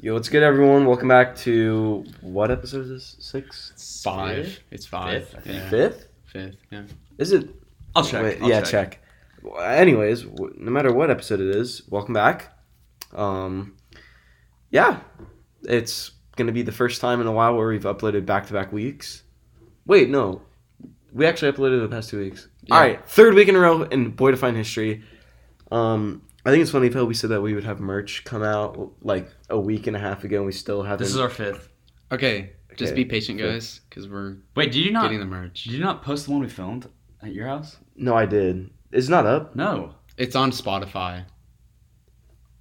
Yo, what's good, everyone? Welcome back to what episode is this? Six, Five. It's five. Fifth? Yeah. fifth? Fifth. Yeah. Is it? I'll check. Wait, I'll yeah, check. Well, Anyways, w- no matter what episode it is, welcome back. Um, yeah, it's gonna be the first time in a while where we've uploaded back-to-back weeks. Wait, no, we actually uploaded the past two weeks. Yeah. All right, third week in a row in Boy to Find History. Um, I think it's funny how we said that we would have merch come out like a week and a half ago, and we still haven't. This is our fifth. Okay. Just Okay. be patient, guys, because we're Wait, did you not? getting the Did merch. you not post the one we filmed at your house? no, I did. It's not up. No. It's on Spotify.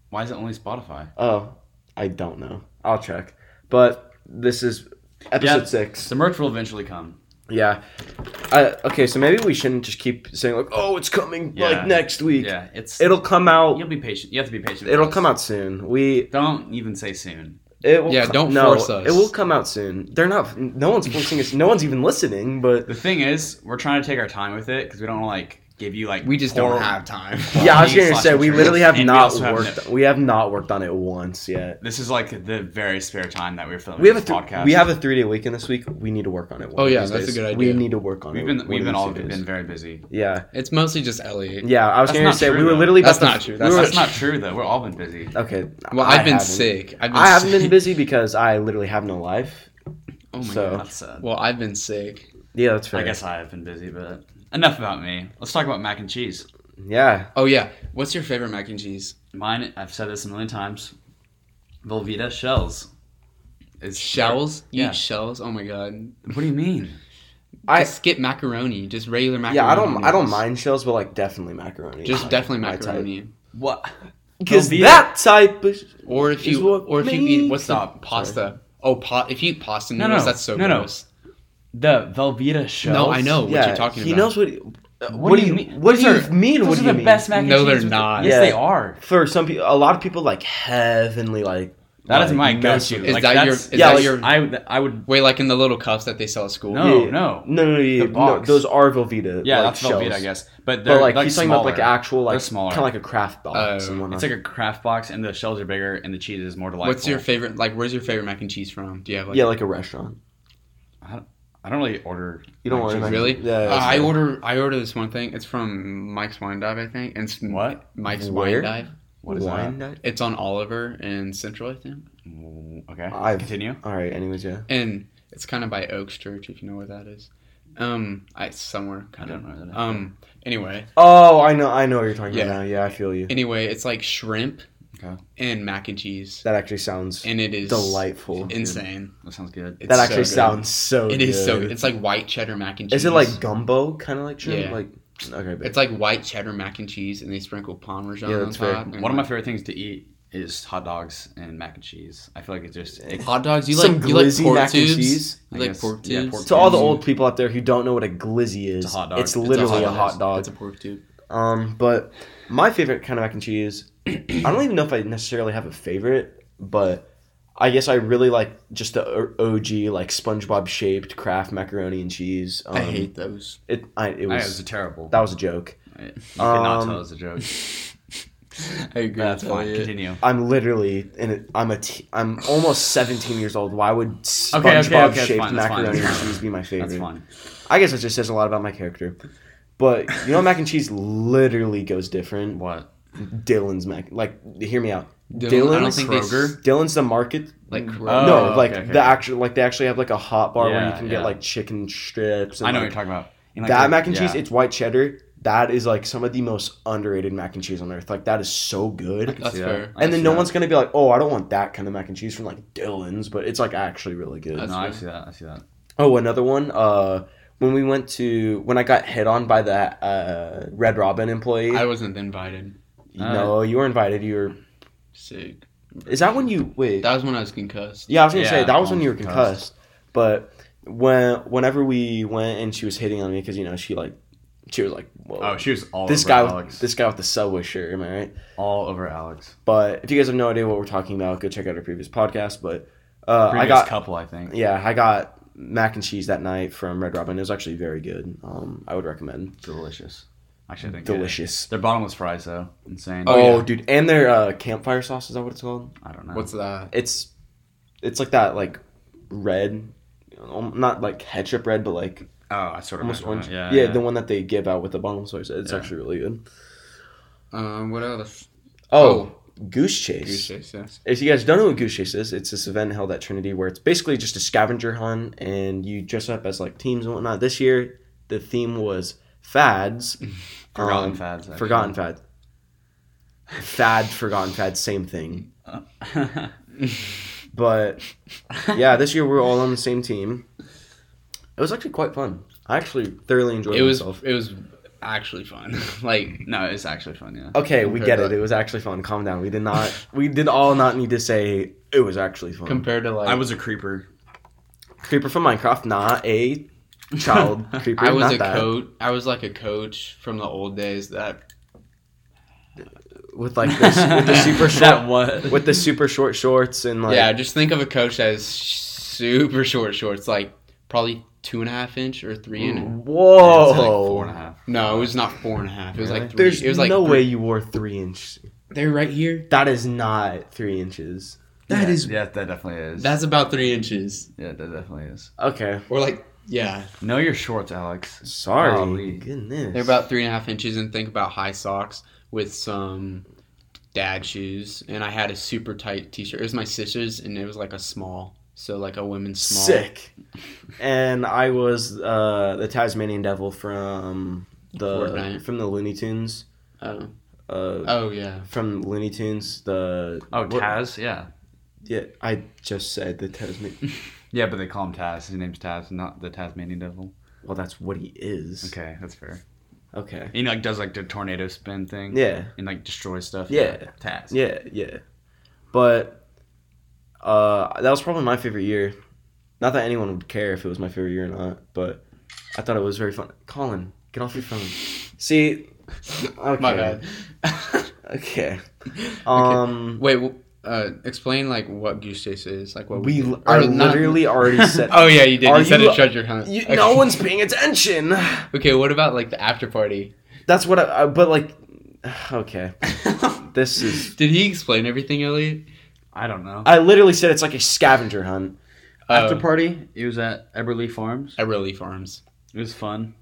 Why is it only Spotify? Oh, I don't know. I'll check. But this is episode Yeah. six. The merch will eventually come. Yeah. I, okay, so maybe we shouldn't just keep saying like, "Oh, it's coming Yeah. like next week." Yeah, it's. It'll come out. You'll be patient. You have to be patient. It'll with us. come out soon. We Don't even say soon. it will Yeah, co- don't no, force us. It will come out soon. They're not. No one's forcing us. No one's even listening. But The thing is, we're trying to take our time with it because we don't want to like give you like. We just horror- don't have time. yeah, I was Slash gonna say we materials. literally have And we not also have worked. no- we have not worked on it once yet. This is like the very spare time that we're filming. We have a this th- podcast. we have a three day weekend this week. We need to work on it. one Oh, of yeah, these that's a days. good We idea. need to work on We've it. been one we've of been these all days. been very busy. Yeah. It's mostly just Elliot. Yeah, I was That's going to not say true, we were though. literally That's about not to- true. we That's, were- that's not true though. We're all been busy. okay. Well, I I've been haven't. sick. I've been I haven't sick. been busy because I literally have no life. Oh my so- god. That's sad. Well, I've been sick. Yeah, that's fair. I guess I have been busy, but enough about me. Let's talk about mac and cheese. Yeah, Oh yeah. What's your favorite mac and cheese? Mine, I've said this a million times. Velveeta shells. Is Shells. You Yeah. Eat shells. Oh my god. What do you mean? I- I skip macaroni. Just regular macaroni. yeah. I don't. I don't noodles. mind shells, but like definitely macaroni. Just Like, definitely my type. macaroni. What? Because Velveeta- that type. Of, Or if Is you what or if you makes- eat what's the Stop. pasta? Oh, pa- if you eat pasta No, noodles, no. that's so No, no. gross. The Velveeta shells. No, I know what yeah, you're talking he about. knows what. He, what, do you mean? What Those do you are- mean? What Those do are you the mean? best mac and No, cheese. they're with- not. Yes, Yeah. they are. For some people, a lot of people like heavenly like. That is my mess go-to. with Is it. Like, that your? that's- Is yeah, that like- your? I, would- I would. Wait, like in the little cuffs that they sell at school? No, Yeah. no. no, no, no, yeah, The no. box. Those are Velveeta. Yeah, like, that's shells. Velveeta, I guess. But they're But like, like he's smaller. talking about like actual They're like smaller. kind of like a craft box Oh, and whatnot. It's like a craft box, and the shells are bigger, and the cheese is more delightful. What's your favorite? Like, where's your favorite mac and cheese from? Do you have like? yeah, like a restaurant. I don't really order. You don't order cheese. mac- Really? Yeah, Uh, it's I good. order. I order this one thing. It's from Mike's Wine Dive, I think. And it's What? Mike's Where? Wine Dive. What is Wine that? diet? It's on Oliver and Central, I think. Mm, Okay. I've- Continue. All right. Anyways, yeah. And it's kind of by Oaks Church, if you know where that is. Um, I somewhere I kind don't of. know. that. Um. Anyway. Oh, I know. I know what you're talking Yeah. about now. Yeah, I feel you. Anyway, it's like shrimp. Okay. And mac and cheese, That actually sounds and it is delightful. Insane. That sounds good. It's that so actually good. sounds so. It is so. good. It's like white cheddar mac and cheese. Is it like gumbo kind of like shrimp? Yeah. Like okay, but It's like white cheddar mac and cheese, and they sprinkle parmesan Yeah, on that's fair. top. and One of my like- favorite things to eat is hot dogs and mac and cheese. I feel like it's just it, hot dogs. You Some like you like glizzy pork mac and tubes? cheese? You I like guess. pork Yeah, tubes? pork to all the old people out there who don't know what a glizzy is, a hot dog. it's It's a literally a hot It's dog. a pork tube. Um, but my favorite kind of mac and cheese, I don't even know if I necessarily have a favorite, but I guess I really like just the O- OG like SpongeBob shaped Kraft macaroni and cheese. Um, I hate those. it. I, it I- it was was terrible. that was a joke. I- you could not Um, tell it was a joke. I agree. That's fine. Continue. I'm literally in it. I'm a. T- I'm almost 17 years old. Why would SpongeBob okay, okay, that's shaped fine, that's fine, macaroni and that's fine. cheese be my favorite? That's fine. I guess that just says a lot about my character. But you know, mac and cheese literally goes different. What? Dylan's mac, like, hear me out. Dylan, I don't Dylan's think they s- Kroger? Dylan's the market. Like Oh, no, okay, like okay. the actual, like they actually have like a hot bar where you Yeah, can yeah. get like chicken strips. And, I know what like, you're talking about. And, like, that the- mac and yeah. cheese. It's white cheddar. That is like some of the most underrated mac and cheese on earth. Like that is so good. That's See that? fair. I can And see then no that. one's gonna be like, "Oh, I don't want that kind of mac and cheese from like Dylan's," but it's like actually really good. That's No, I fair. see that. I see that. Oh, another one. Uh, when we went to when I got hit on by that uh, Red Robin employee. I wasn't invited. no, you were invited. You were. Sick. Is that when you wait? That was when I was concussed. yeah, I was gonna say Yeah, that was when I'm you were concussed. concussed. But when whenever we went and she was hitting on me because you know she like she was like, "Whoa, Oh, she was all this over guy Alex. with this guy with the subway shirt." Am I right? all over Alex. But if you guys have no idea what we're talking about, go check out our previous podcast. But uh, Previous I got couple, I think. yeah, I got mac and cheese that night from Red Robin. It was actually very good. Um, I would recommend. Delicious. Actually, I didn't get it. Delicious. Their bottomless fries though, insane. Oh, Oh, yeah. dude, and their uh, campfire sauce is that what it's called? I don't know. What's that? It's it's like that like red, um, not like ketchup red, but like oh, I sort of almost almost orange. Yeah, yeah, yeah. the one that they give out with the bottom sauce. It's Yeah. actually really good. Um, what else? Oh, goose chase. Goose chase, yes. If you guys don't know what Goose Chase is, it's this event held at Trinity where it's basically just a scavenger hunt and you dress up as like teams and whatnot. This year, the theme was fads. Forgotten Um, fads. actually. Forgotten fad. Fad, forgotten fad, same thing. But yeah, this year we're all on the same team. It was actually quite fun. I actually thoroughly enjoyed It was myself. it was actually fun. like no, it's actually fun. Yeah. Okay, we get Compared it. to- It was actually fun. Calm down. We did not. We did all not need to say it was actually fun. compared to like I was a creeper. creeper from Minecraft, not a child creeper. I was not a that. coach. I was like a coach from the old days that with like this with the super that short what? with the super short shorts and like yeah. Just think of a coach that is super short shorts, like probably two and a half inch or three and whoa. It's like four and a half. no, it was not four and a half. It was like Really? three. There's it was like no three- way you wore three inch. They're right here. That is not three inches. That is Yeah, that definitely is. that's about three inches yeah, that definitely is. Okay, or like yeah. Know your shorts, Alex. sorry. Golly. Goodness. Oh, They're about three and a half inches, and think about high socks with some dad shoes. And I had a super tight t-shirt. It was my sister's, and it was like a small, so like a women's small. sick. and I was uh, the Tasmanian Devil from the Fortnite. from the Looney Tunes. Oh, Uh, oh yeah. From Looney Tunes, the Oh, what- Taz. Yeah. Yeah, I just said the Tasman. Yeah, but they call him Taz. His name's Taz, not the Tasmanian Devil. well, that's what he is. Okay, that's fair. Okay. He like does like the tornado spin thing. Yeah. And like destroys stuff. Yeah. Taz. Yeah, yeah. But uh, that was probably my favorite year. Not that anyone would care if it was my favorite year or not, but I thought it was very fun. Colin, get off your phone. See, okay, My bad. okay. Um, Wait, w- uh, explain like what goose chase is. Like what we do. l- I Or not- literally already said. oh yeah, you did. Are you said you- a treasure hunt. You, okay. No one's paying attention. Okay, what about like the after party? That's what I. I but like, okay, this is Did he explain everything, Elliot? I don't know. I literally said it's like a scavenger hunt. After Oh, party, it was at Eberly Farms. at Relief Farms. It was fun.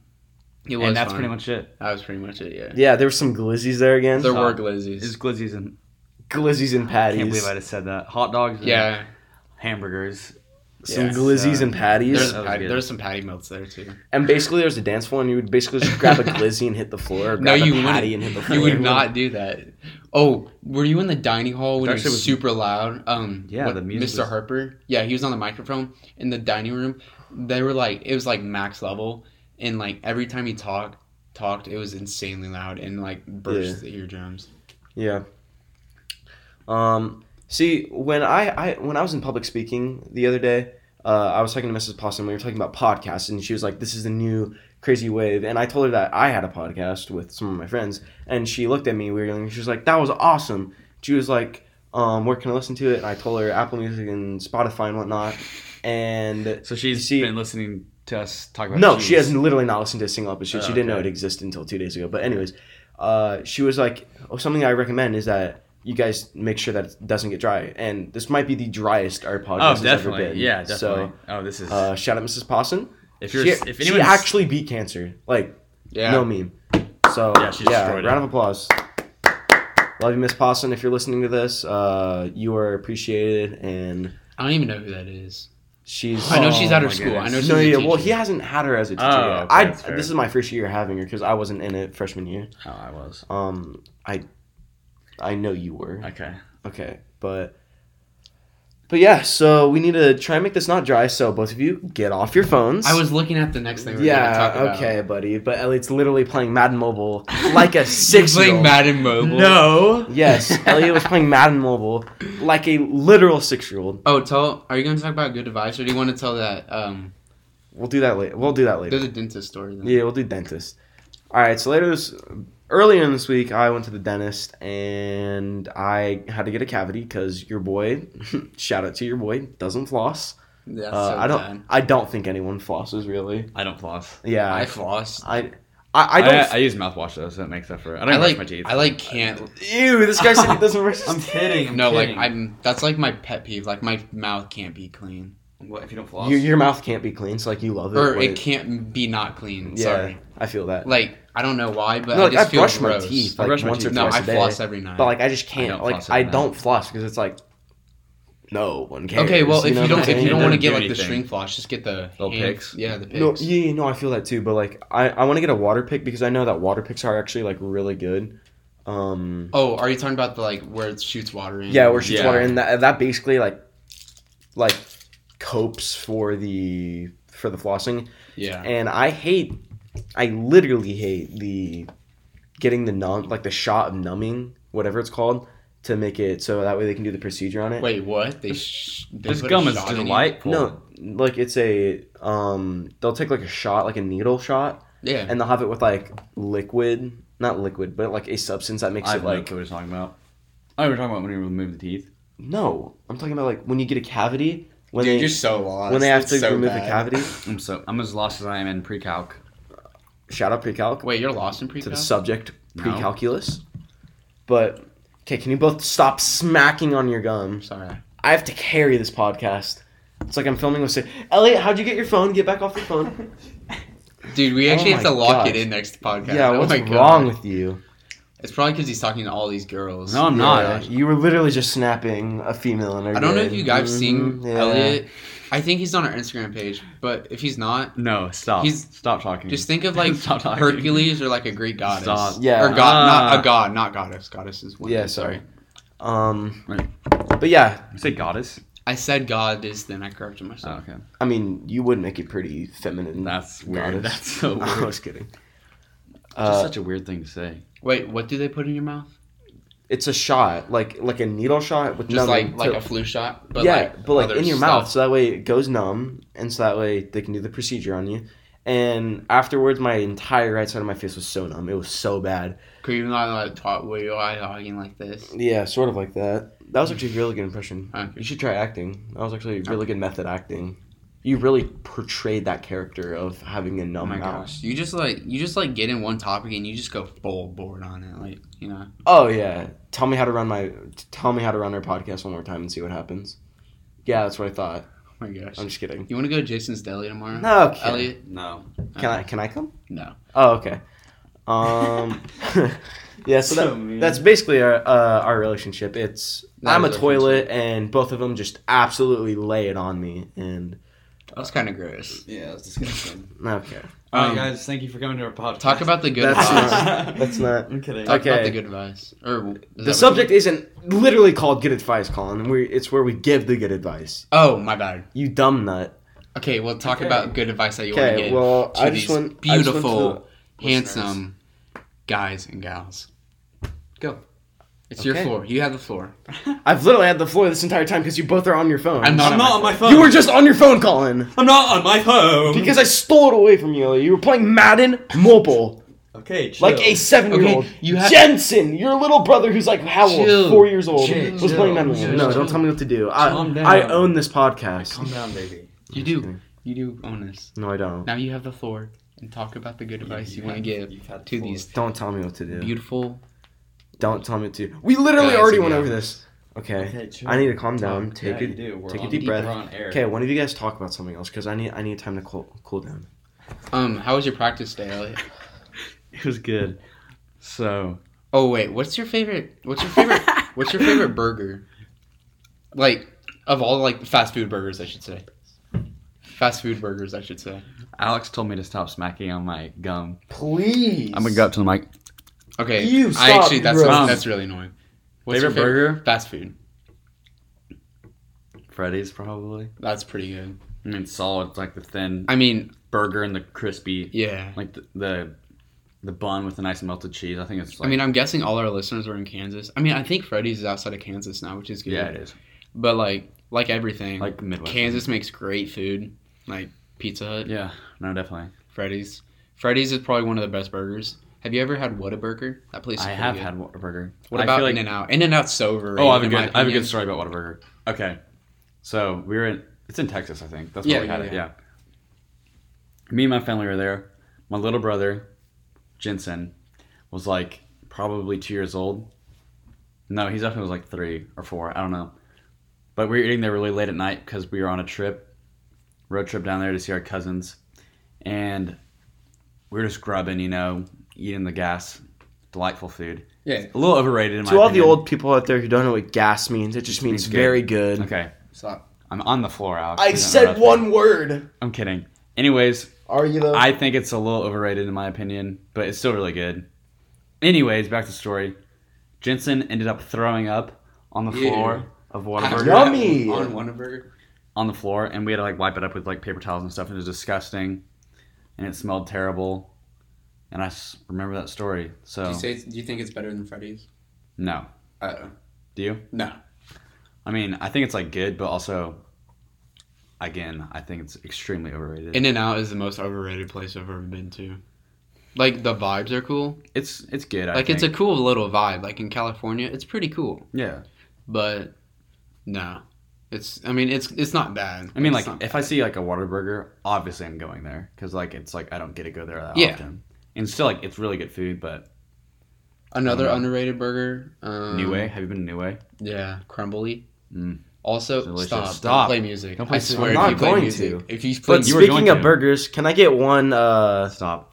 It and that's pretty much it. That was pretty much it. Yeah. Yeah, there were some glizzies there again. There Oh. were It was glizzies. glizzies and glizzies and I patties. can't believe I just said that. Hot dogs. and Yeah, Hamburgers. some Yeah. glizzies So- and patties. Uh, there's, that was patty, good. there's some patty melts there too. And basically, there was a dance floor, and you would basically just grab a glizzy and hit the floor. Or No, grab you a wouldn't. patty and hit the floor. You would not do that. Oh, were you in the dining hall when That it was, shit was- super loud? Um, Yeah, the music Mr. was- Harper. Yeah, he was on the microphone in the dining room. They were like, it was like max level, and like every time he talked, talked, it was insanely loud and like burst the eardrums. Yeah. Um. See, when I, I when I was in public speaking the other day, uh, I was talking to Mrs. Possum. We were talking about podcasts, and she was like, "This is the new crazy wave." And I told her that I had a podcast with some of my friends, and she looked at me weirdly, and she was like, "That was awesome." She was like, um, "Where can I listen to it?" And I told her Apple Music and Spotify and whatnot. And So she's See- been listening to us talk about. no, cheese. she has literally not listened to a single episode. Oh, she didn't know okay. it existed until two days ago. But anyways, uh, she was like, "Oh, something I recommend is that you guys make sure that it doesn't get dry." And this might be the driest our podcast Oh, has definitely. ever been. Yeah, definitely. oh, this is. So, uh, shout out Mrs. Pawson. if you're, she, if she anyone actually beat cancer, like Yeah. no meme. So Yeah, yeah, she destroyed it. round of applause. Love you, Miss Pawson. If you're listening to this, uh, you are appreciated, and I don't even know who that is. she's I know she's Oh out of my school. I goodness. know she's no, a yeah. teacher. Well, he hasn't had her as a teacher. Oh, yet. okay, I that's fair. this is my first year having her because I wasn't in it freshman year. oh, I was. Um, I I know you were Okay. okay, but but yeah. So we need to try and make this not dry. So both of you get off your phones. I was looking at the next thing. We were gonna talk Yeah, about. okay, buddy. But Elliot's literally playing Madden Mobile like a six year playing old. Madden Mobile. No. Yes, Elliot was playing Madden Mobile like a literal six year old. Oh, tell. Are you going to talk about good advice, or do you want to tell that? Um, We'll do that later. We'll do that later. there's a dentist story. Then. Yeah, we'll do dentist. All right, so later this earlier in this week, I went to the dentist and I had to get a cavity because your boy, shout out to your boy, doesn't floss. That's Uh, so I don't. bad. I don't think anyone flosses really. I don't floss. Yeah, I I, flossed. I, I, I I, don't. I, use mouthwash though, so that makes up for it. I don't I brush like my teeth. I like can't. ew, this guy said he doesn't brush. his I'm teeth. kidding. I'm No, like kidding. I'm. That's like my pet peeve. Like my mouth can't be clean, What if you don't floss? Your, your mouth can't be clean, so like you love it. or when it can't be not clean. Yeah, Sorry. I feel that. Like I don't know why, but no, I like, I, just feel brush gross. my teeth I like brush my once or teeth. No, twice I a day. floss every night. but like I just can't. don't like floss I every night. don't floss because it's like no one cares. okay, well if know you what I'm don't if saying? you don't It want to doesn't get do like the anything. string floss, just get the Little hand- picks? Yeah, the picks. No, yeah, yeah, no, I feel that too. But like, I, I want to get a water pick because I know that water picks are actually like really good. Um, Oh, are you talking about the like where it shoots water in? yeah, where she's Yeah. water and that that basically like, like, copes for the for the flossing. yeah. And I hate, I literally hate the getting the numb like the shot of numbing whatever it's called to make it so that way they can do the procedure on it. Wait, what? They sh- they this put a gum is shot in you? delightful. No, like it's a um, they'll take like a shot, like a needle shot, Yeah. and they'll have it with like liquid, not liquid, but like a substance that makes it I have no like clue what you're talking about. I know what you're talking about when you remove the teeth. no. I'm talking about like when you get a cavity when Dude, they you're so lost. when they have It's to so remove bad. a cavity. I'm so I'm as lost as I am in pre-calc. Shout out precalc Wait, you're lost in pre Mm, to the subject No. precalculus. But okay, can you both stop smacking on your gums? Sorry. I have to carry this podcast. It's like I'm filming with. Sa- Elliot, how'd you get your phone? Get back off your phone. Dude, we actually Oh have to my lock God. it in next podcast. yeah, Oh what's my God. wrong with you? It's probably because he's talking to all these girls. No, I'm Yeah, not. you were literally just snapping a female in her. I don't know good. if you guys seen Mhm, yeah. Elliot. I think he's on our Instagram page, but if he's not, No, stop. He's- stop Mm. talking. just think of like Stop talking. Hercules or like a Greek goddess. Stop. Yeah. Or god, not Ah. a god, not goddess. Goddess is one. Yeah, sorry. Um, Right. but yeah, You say goddess. I said goddess, then I corrected Oh, myself. okay, I mean, you would make it pretty feminine. that's weird. Goddess. That's so weird. I Just was kidding. Uh, such a weird thing to say. Oh. Wait, what do they put in your mouth? it's a shot, like like a needle shot with Just numbing like like too. a flu shot, but yeah, like but like other in your stuff. mouth, so that way it goes numb, and so that way they can do the procedure on you. And afterwards, my entire right side of my face was so numb; it was so bad. Could you not like talk? Were you like talking like this? Yeah, sort of like that. That was actually a really good impression. Okay. You should try acting. That was actually a really good method acting. You really portrayed that character of having a Oh numb my mouth. gosh! You just like you just like get in one topic and you just go full board on it, like you know. Oh yeah. Tell me how to run my t- tell me how to run our podcast one more time and see what happens. Yeah, that's what I thought. Oh my gosh! I'm just kidding. You want to go to Jason's Deli tomorrow? Okay. Elliot? no. Can I can I come? No. Oh, okay. Um Yeah, so, So that, mean. that's basically our uh, our relationship. It's That I'm a is our toilet and both of them just absolutely lay it on me and That's kind of gross. Yeah, that's disgusting. okay. All right, Um, guys, thank you for coming to our podcast. Talk about the good That's vibes. not- that's not- I'm kidding. Talk Okay. about the good advice. Or is that The what subject isn't literally called good advice, Colin. We it's where we give the good advice. you- Oh my bad. You dumb nut. Okay, well talk Okay. about good advice that you want to Okay, give well, to I these just want I just went to beautiful, the- handsome guys and gals. Go. It's your Okay. floor. You have the floor. I've literally had the floor this entire time because you both are on your phone. I'm not I'm not on my phone. You were just on your phone, Colin. I'm not on my phone. Because I stole it away from you. Elliot. You were playing Madden Mobile, okay, chill. like a seven-year-old. Okay, you have- Jensen, your little brother, who's like how old? Chill. Four years old, Chill. was playing Madden. Chill. Mobile. No, don't Chill. tell me what to do. I, Calm down. I own this podcast. Calm down, baby. You do. You do own this. No, I don't. Now you have the floor and talk about the good advice you, want to give You've had to four. these Don't tell me what to do. beautiful. Don't tell me what to. do. We literally Guys, already yeah. went over this. Okay. Okay, chill. I need to calm down. Take yeah, it. you do. We're take a on- deep breath. We're on air. Okay, one of you guys talk about something else because I need I need time to cool cool down. Um, how was your practice day, Elliot? It was good. So Oh wait, what's your favorite? What's your favorite? what's your favorite burger? Like of all like fast food burgers, I should say. Fast food burgers, I should say. Alex told me to stop smacking on my gum. Please. I'm gonna go up to the mic. Okay, You I stop, actually that's bro. really, that's really annoying. What's favorite your burger? Fast food. Freddy's probably. That's pretty good. I mean, it's solid. It's like the thin I mean, burger and the crispy, yeah. like the, the the bun with the nice melted cheese. I think it's. Like, I mean, I'm guessing all our listeners are in Kansas. I mean, I think Freddy's is outside of Kansas now, which is good. yeah, it is. But like, like everything, like Like Midwest. Kansas makes great food, like Pizza Hut, Yeah. No, definitely. Freddy's. Freddy's is probably one of the best burgers. Have you ever had Whataburger? That place. Is I pretty have good. had a burger. What I about feel like- In and Out? In and Out's so overrated. Oh, I have a in good. my I have a opinion. good story about Whataburger. Okay, so we were in. It's in Texas, I think. That's where Yeah, we yeah, had it. Yeah. Me and my family were there. My little brother, Jensen was like probably two years old. No, he definitely was like three or four. I don't know. But we were eating there really late at night because we were on a trip, road trip down there to see our cousins, and we were just grubbing, you know, eating the gas, delightful food. Yeah. A little overrated in my To all the opinion. old people out there who don't know what gas means, it just means means good. very good. Okay, Stop. I'm on the floor, Alex. I You don't know what said was one word. thinking. I'm kidding. Anyways, Are you though? I think it's a little overrated in my opinion, but it's still really good. Anyways, back to the story. Jensen ended up throwing up on the Ew. floor of Whataburger. Yummy! On Whataburger. On the floor, and we had to like wipe it up with like paper towels and stuff. and It was disgusting, and it smelled terrible. And I s- remember that story. Do So you say? Do you think it's better than Freddy's? no, Uh, do you? no. I mean, I think it's like good, but also, again, I think it's extremely overrated. In and Out is the most overrated place I've ever been to. Like the vibes are cool. it's it's good. I like it's a cool little vibe. Like in California, it's pretty cool. yeah. But no, it's. I mean, it's it's not bad. I mean, It's like not if I see like a Waterburger, obviously I'm going there because like it's like I don't get to go there that Yeah. often. And still, like it's really good food. But another Um, underrated burger. Um, New Way, have you been to New Way? Yeah, crumbly. Mm. Also, Delicious. stop. Stop. Don't play music. Don't play I music. swear, I'm if not you play going music, to. If you play but you were music, speaking going of to. burgers, can I get one? Uh, Stop.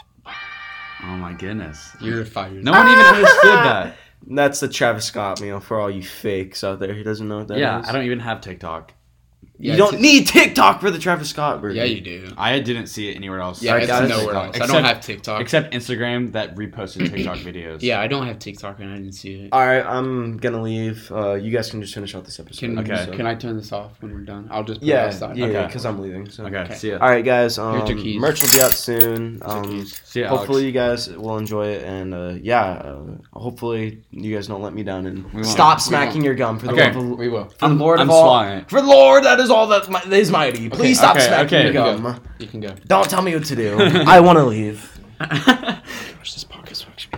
Oh my goodness. you're fired. No one even understood that. that's the Travis Scott meal for all you fakes out there who doesn't know what that is. yeah, I don't even have TikTok. Yeah, you don't it's- need TikTok for the Travis Scott burger. Yeah, you do. I didn't see it anywhere else. Yeah, Sorry, it's guys. nowhere else. I don't Except- have TikTok. Except Instagram that reposted TikTok videos. yeah, I don't have TikTok, and I didn't see it. All right, I'm gonna leave. Uh, you guys can just finish out this episode. Can Okay. So- can I turn this off when we're done? I'll just put it yeah, outside. yeah, Okay. because I'm leaving. So. Okay. Okay. See ya. All right, guys. Um, Here's your keys. merch will be out soon. Um, See ya. hopefully, Alex. you guys will enjoy it, and uh, yeah, uh, hopefully, you guys don't let me down and won't. stop We smacking your gum for the Okay. love of, We will. for the I'm- Lord I'm of all. swallowing it. For the Lord, that is all that mi- that is mighty. Please stop okay, smacking okay. your Here we gum. go. You can go. Don't tell me what to do. I want to leave. Gosh, this podcast work should be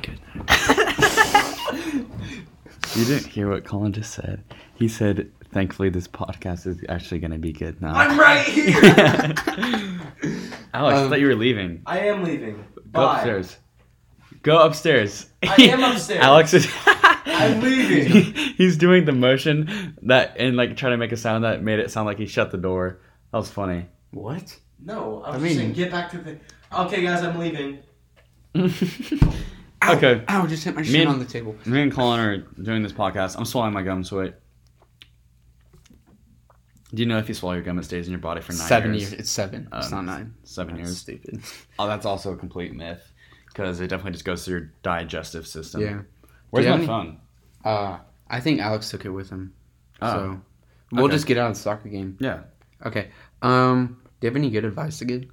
good. You didn't hear what Colin just said. He said, "Thankfully, this podcast is actually going to be good now." I'm right here. Alex, Oh, I thought you were leaving. I am leaving. Go Um, Bye. upstairs. Go upstairs. I am upstairs. Alex is. I'm leaving. He's doing the motion that and like trying to make a sound that made it sound like he shut the door. That was funny. What? No, I'm I mean- saying get back to the. Okay, guys, I'm leaving. okay. Ow! Just hit my and- shit on the table. Me and Colin are doing this podcast. I'm swallowing my gum, so wait. Do you know if you swallow your gum, it stays in your body for nine Seven years? years. It's seven. it's Um, not nine. Seven That's years. Stupid. Oh, that's also a complete myth because it definitely just goes through your digestive system. Yeah. Where's Do you my have any- phone? Uh, I think Alex took it with him. Oh. So we'll Okay. just get out of the soccer game. Yeah. Okay. Um, do you have any good advice to give?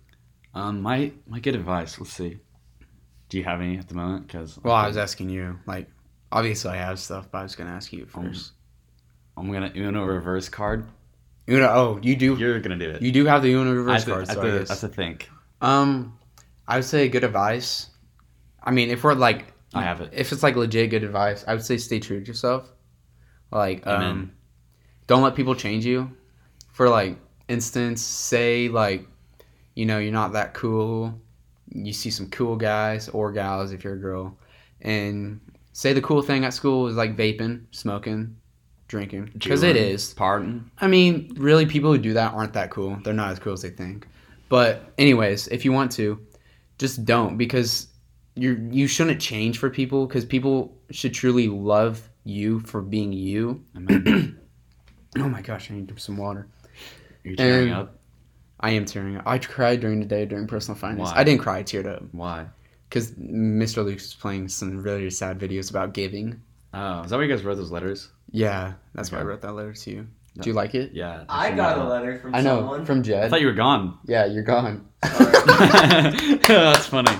Um, my my good advice. Let's see. Do you have any at the moment? Because Well, I was asking you. Like, obviously, I have stuff, but I was gonna ask you first. I'm gonna Uno reverse card. Uno. Oh, you do. You're gonna do it. You do have the Uno I reverse have to, card. I have So to- I I have guess. to think. Um, I would say good advice. I mean, if we're like, I have it. if it's like legit good advice, I would say stay true to yourself. Like, Amen. um, don't let people change you. For like instance, say like, you know, you're not that cool. You see some cool guys or gals if you're a girl, and say the cool thing at school is like vaping, smoking, drinking, because it Juuling. is. Pardon. I mean, really, people who do that aren't that cool. They're not as cool as they think. But anyways, if you want to, just don't because you you shouldn't change for people because people should truly love you for being you. Amen. Oh my gosh, I need some water. You're tearing Um, up. I am tearing up. I cried during the day during personal finance. Why? I didn't cry. I teared up Why? because Mr. Luke's was playing some really sad videos about giving. Oh, is that where you guys wrote those letters? Yeah, that's why I Okay. wrote that letter to you. No. Do you like it? Yeah. letter from I know from Jed. I thought you were gone. yeah, you're gone. that's funny.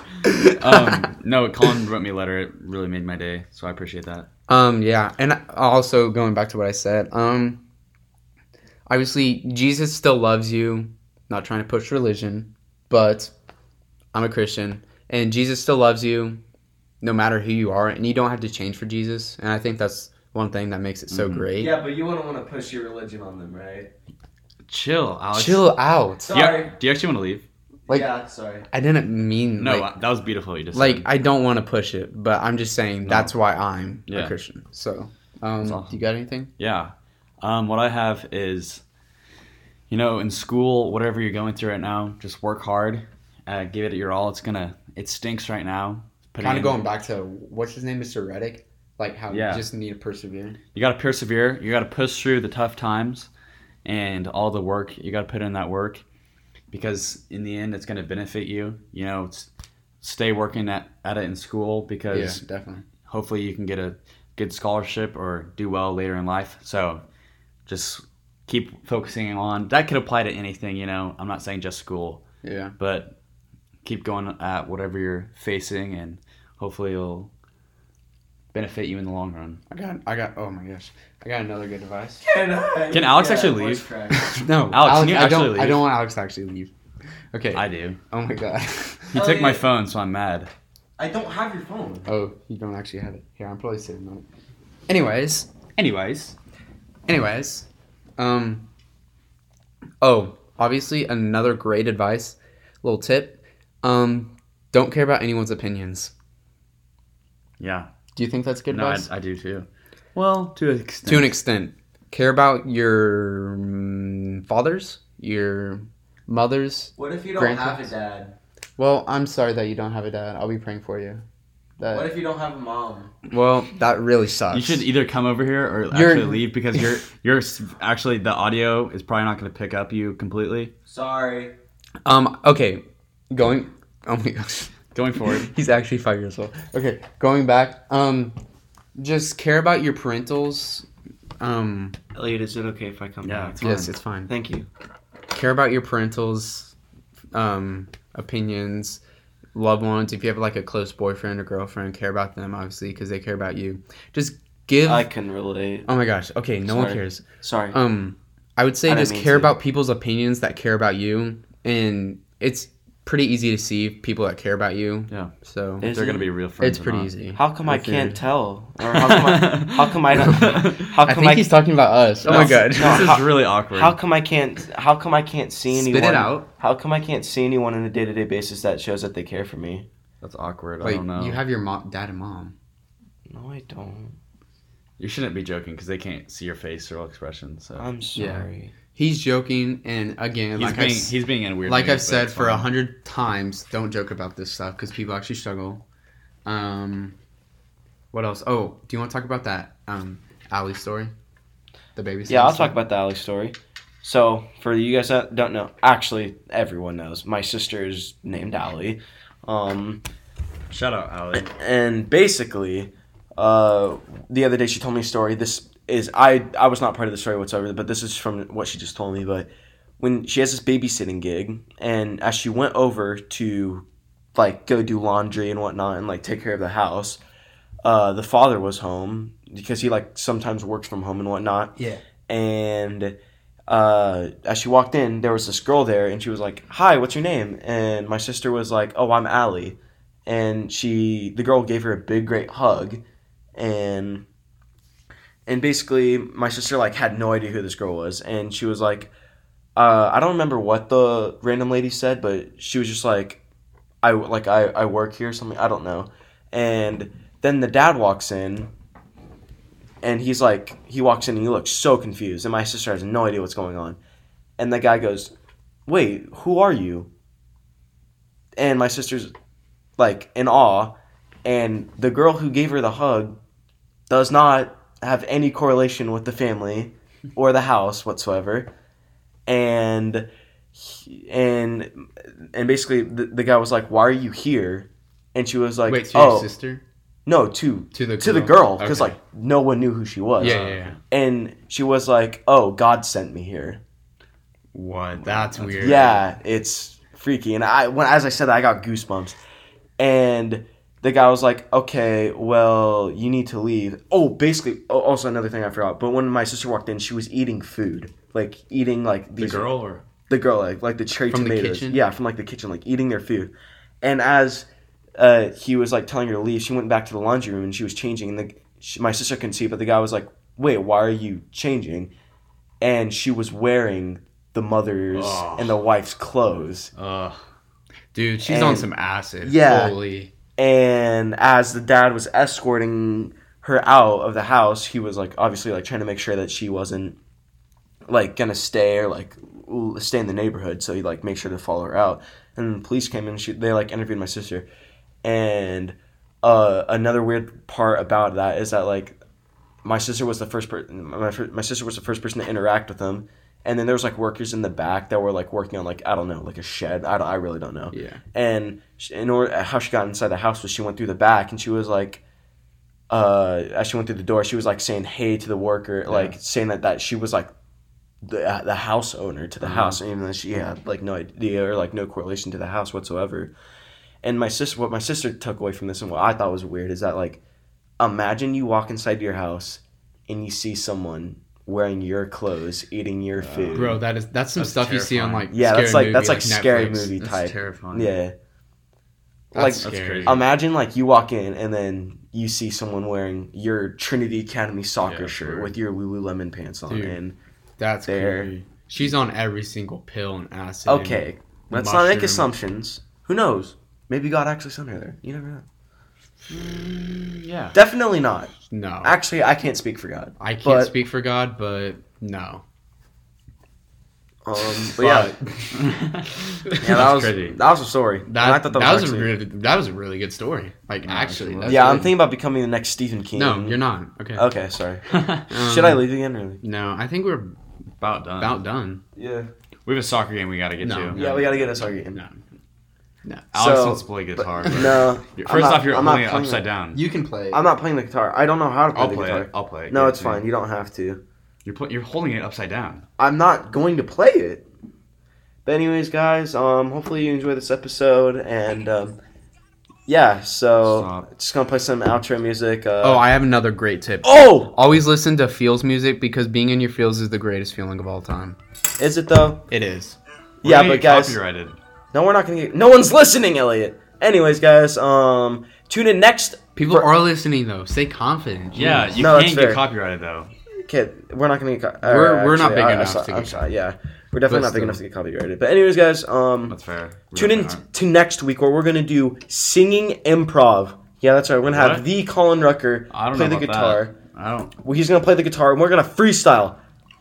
Um, no, Colin wrote me a letter. It really made my day, so I appreciate that. Um, yeah, and also going back to what I said, um, obviously Jesus still loves you. Not trying to push religion, but I'm a Christian, and Jesus still loves you, no matter who you are, and you don't have to change for Jesus. And I think that's one thing that makes it so Mhm. great. but you wouldn't want to push your religion on them, right? Chill, Alex. Chill out. Do you, do you actually want to leave? Like yeah, sorry. I didn't mean No, like, uh, that was beautiful. You just like said. I don't want to push it, but I'm just saying that's why I'm a Yeah. Christian. So, um, That's awesome. you got anything? yeah. Um, what I have is, you know, in school, whatever you're going through right now, just work hard, uh, give it your all. It's gonna, it stinks right now. Putting Kind of in- going back to what's his name, Mr. Reddick. Like how Yeah. you just need to persevere. you got to persevere you got to push through the tough times and all the work you got to put in that work because in the end it's going to benefit you you know it's, stay working at, at it in school Yeah, because definitely. hopefully you can get a good scholarship or do well later in life so just keep focusing on that could apply to anything you know i'm not saying just school Yeah, but keep going at whatever you're facing and hopefully it'll benefit you in the long run I got, I got. Oh my gosh, I got another good advice. Can Alex actually voice leave? crack. No, Alex, can you I don't. actually I leave? don't want Alex to actually leave. Okay. i do oh my god. He Oh, took my yeah. phone, so I'm mad. I don't have your phone. oh, you don't actually have it. Here, I'm probably sitting on it. Anyways, Anyways, anyways, um. Oh, obviously another great advice, little tip. Um, don't care about anyone's opinions. yeah, Do you think that's good no, I, advice? I do too. Well, to an extent. to an extent, care about your mm, fathers, your mothers, What if you don't have a Grandparents? dad? Well, I'm sorry that you don't have a dad. I'll be praying for you. What That, if you don't have a mom? well, that really sucks. you should e- either come over here or You're- actually leave because you're you're s- actually the audio is probably not going to pick up you completely. Sorry. Um. Okay. Going. Oh my gosh. Going forward, He's actually five years old. Okay. Going back. Um. Just care about your parentals. Um. Elliot, is it okay if I come Yeah, back? it's- Yes, fine. it's fine. Thank you. Care about your parentals. Um. Opinions. Loved ones. If you have like a close boyfriend or girlfriend, care about them obviously because they care about you. Just give. I can relate. oh my gosh. Okay. No one Sorry. cares. Sorry. Um, I would say I didn't just mean care to. about people's opinions that care about you, and it's pretty easy to see people that care about you. Yeah. So Is they're it? going to be real friends. it's or pretty not. easy. How come I If you're- can't tell? Or how come I, how come I don't? How I come think I, he's talking about us. Oh my No, god. This no. is how- really awkward. How come I can't? How come I can't see Spit anyone? it out. How come I can't see anyone on a day to day basis that shows that they care for me? That's awkward. I Like don't know. you You, have your mom, dad, and mom. No, I don't. shouldn't be joking because they can't see your face or expression. So I'm Yeah. sorry. He's joking, and again, he's like being I, s- he's being in a weird. like mood, I've but said it's for a fine. hundred times, don't joke about this stuff because people actually struggle. Um, what else? Oh, do you want to talk about that um Ally story, the baby? Yeah, I'll story? talk about the Alex story. So, for you guys that don't know, actually, everyone knows. My sister is named Allie. Um, Shout out, Ali. and basically, uh, the other day she told me a story. This is I I was not part of the story whatsoever, but this is from what she just told me. But when she has this babysitting gig, and as she went over to like go do laundry and whatnot, and like take care of the house, uh, the father was home because he like sometimes works from home and whatnot. Yeah. And uh, as she walked in, there was this girl there, and she was like, "Hi, what's your name?" And my sister was like, "Oh, I'm Allie." and she the girl gave her a big great hug and and basically my sister like had no idea who this girl was and she was like uh, i don't remember what the random lady said but she was just like i like i, I work here or something i don't know and then the dad walks in and he's like he walks in and he looks so confused and my sister has no idea what's going on and the guy goes wait who are you and my sister's like in awe and the girl who gave her the hug does not have any correlation with the family or the house whatsoever and he- and and basically the, the guy was like why are you here and she was like Wait, to your oh sister? no to To the to the girl girl? because Okay. like no one knew who she was Yeah, yeah, yeah. and she was like oh god sent me here What? That's, weird. yeah, it's freaky. And I when as I said that, I got goosebumps. And the guy was like, "Okay, well, you need to leave." Oh, basically, oh, also another thing I forgot. But when my sister walked in, she was eating food, like eating like The these girl or the girl like like the cherry From the tomatoes. kitchen? Yeah, from like the kitchen, like eating their food. And as uh, he was like telling her to leave, she went back to the laundry room and she was changing. And the, she, my sister couldn't see, but the guy was like, "Wait, why are you changing?" And she was wearing the mother's Ugh. and the wife's clothes. uh, Dude, she's And- on some acid. Yeah. Holy. and as the dad was escorting her out of the house he was like obviously like trying to make sure that she wasn't like gonna stay or like l- stay in the neighborhood so he like make sure to follow her out and the police came in and she, they like interviewed my sister and uh, another weird part about that is that like my sister was the first person my, fir- my sister was the first person to interact with them and then there was like workers in the back that were like working on like i don't know like a shed i, don't, I really don't know Yeah. and she, in order how she got inside the house was she went through the back and she was like uh as she went through the door she was like saying hey to the worker like saying that that she was like the, uh, the house owner to the house even though she had like no idea or like no correlation to the house whatsoever and my sister what my sister took away from this and what i thought was weird is that like imagine you walk inside your house and you see someone wearing your clothes eating your food Bro, that is that's some That's stuff you see on like terrifying. yeah scary that's like movie, that's like, scary Netflix. movie That's type terrifying. yeah That's like- That's scary. crazy. imagine like you walk in and then you see someone wearing your Trinity Academy soccer Yeah, shirt sure. with your Lululemon pants on, Dude, and That's there. crazy. She's on every single pill and acid. and- okay, let's not make mushroom. assumptions. Who knows? Maybe God actually sent her there. You never know. Yeah. Definitely not. No. Actually, I can't speak for God. I can't but- speak for God, but no. Um, but yeah, yeah, that That's was crazy. that was a story. And That, I thought that, was, a actually- really that was a really good story. Like actually, actually, that's yeah. I'm really- thinking about becoming the next Stephen King. No, you're not. Okay. Okay, sorry. Um, Should I leave again? Really? No, I think we're About done. about done. Yeah. we have a soccer game we got to get No. to. Yeah, we gotta get us our game. No. Alex So- wants to play guitar. But- but- no. First I'm not- off, you're I'm not only playing upside it. down. You can play. I'm not playing the guitar. I don't know how to play I'll the play guitar. it. I'll play it. No, Give it it's to me. fine. You don't have to. You're pl- you're holding it upside down. I'm not going to play it. But anyways, guys, um, hopefully you enjoy this episode, and um, yeah, so Stop. just gonna play some outro music. Uh, oh, I have another great tip. oh, Always listen to feels music because being in your feels is the greatest feeling of all time. is it though? It is. We're yeah, gonna but get guys, copyrighted. no, we're not gonna get. No one's listening, Elliot. Anyways, guys, um, tune in next. People For- are listening though. Stay confident. Yeah, you No, that's can't get fair. copyrighted though. Okay, we're not gonna get. Co- We're- uh, we're not big I- I enough saw- to I'm get- sorry, yeah, we're definitely not But big still. enough to get copyrighted. But anyways, guys, um, That's fair. We Tune in definitely aren't. to next week where we're going to do singing improv. Yeah, that's right. We're going to have What? the Colin Rucker I don't play know the about guitar. that. I don't. Well, he's going to play the guitar, and we're going to freestyle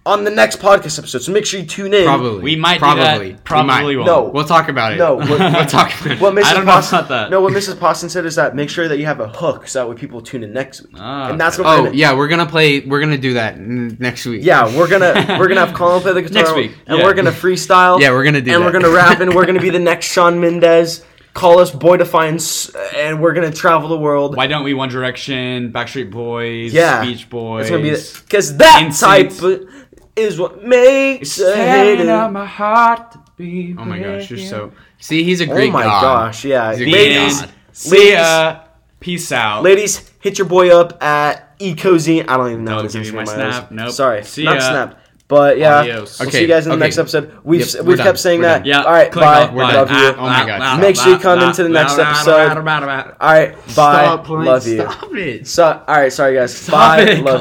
on the next podcast episode. So make sure you tune in. Probably. We might do that. Probably. Probably We might. won't. No. We'll talk about it. No, We'll what- talk about it. What Mrs. I don't know Poston, about that. No, what Mrs. Poston said is that make sure that you have a hook so that way people tune in next week. Ah, and that's okay. what we're Oh gonna, yeah, we're gonna play. We're gonna do that n- next week. yeah, we're gonna we're gonna have Colin play the guitar Next week, and yeah. we're gonna freestyle. Yeah, we're gonna do and we're that. gonna rap, and we're gonna be the next Sean Mendez. Call us Boy Defiance, uh, and we're gonna travel the world. Why don't we One Direction, Backstreet Boys, Yeah. Beach Boys? It's gonna be because that Incense. type is what makes a Tearing up hater. my heart to be Oh my gosh, you're with so. See, he's a Oh Greek my god. gosh, yeah, He's a you. great The ladies, god. end. See ya. Peace out. ladies, hit your boy up at Ecozine. I don't even know Don't what his give me my Instagram snap. is. Nope. Sorry, See not ya. snap. But yeah, Adios. we'll see Okay, you guys in the okay. next episode. We've Yep, s- we're we've done. kept saying We're that. done. Yeah. All right, click bye. off. We're Love done. you. Ah, Oh my ah, gosh. ah, Make sure you ah, come ah, into the ah, next ah, ah, episode. ah, ah, ah, ah. All right, bye. Stop playing. Love you. Stop it. So, all right, sorry guys. Bye. it. Love you.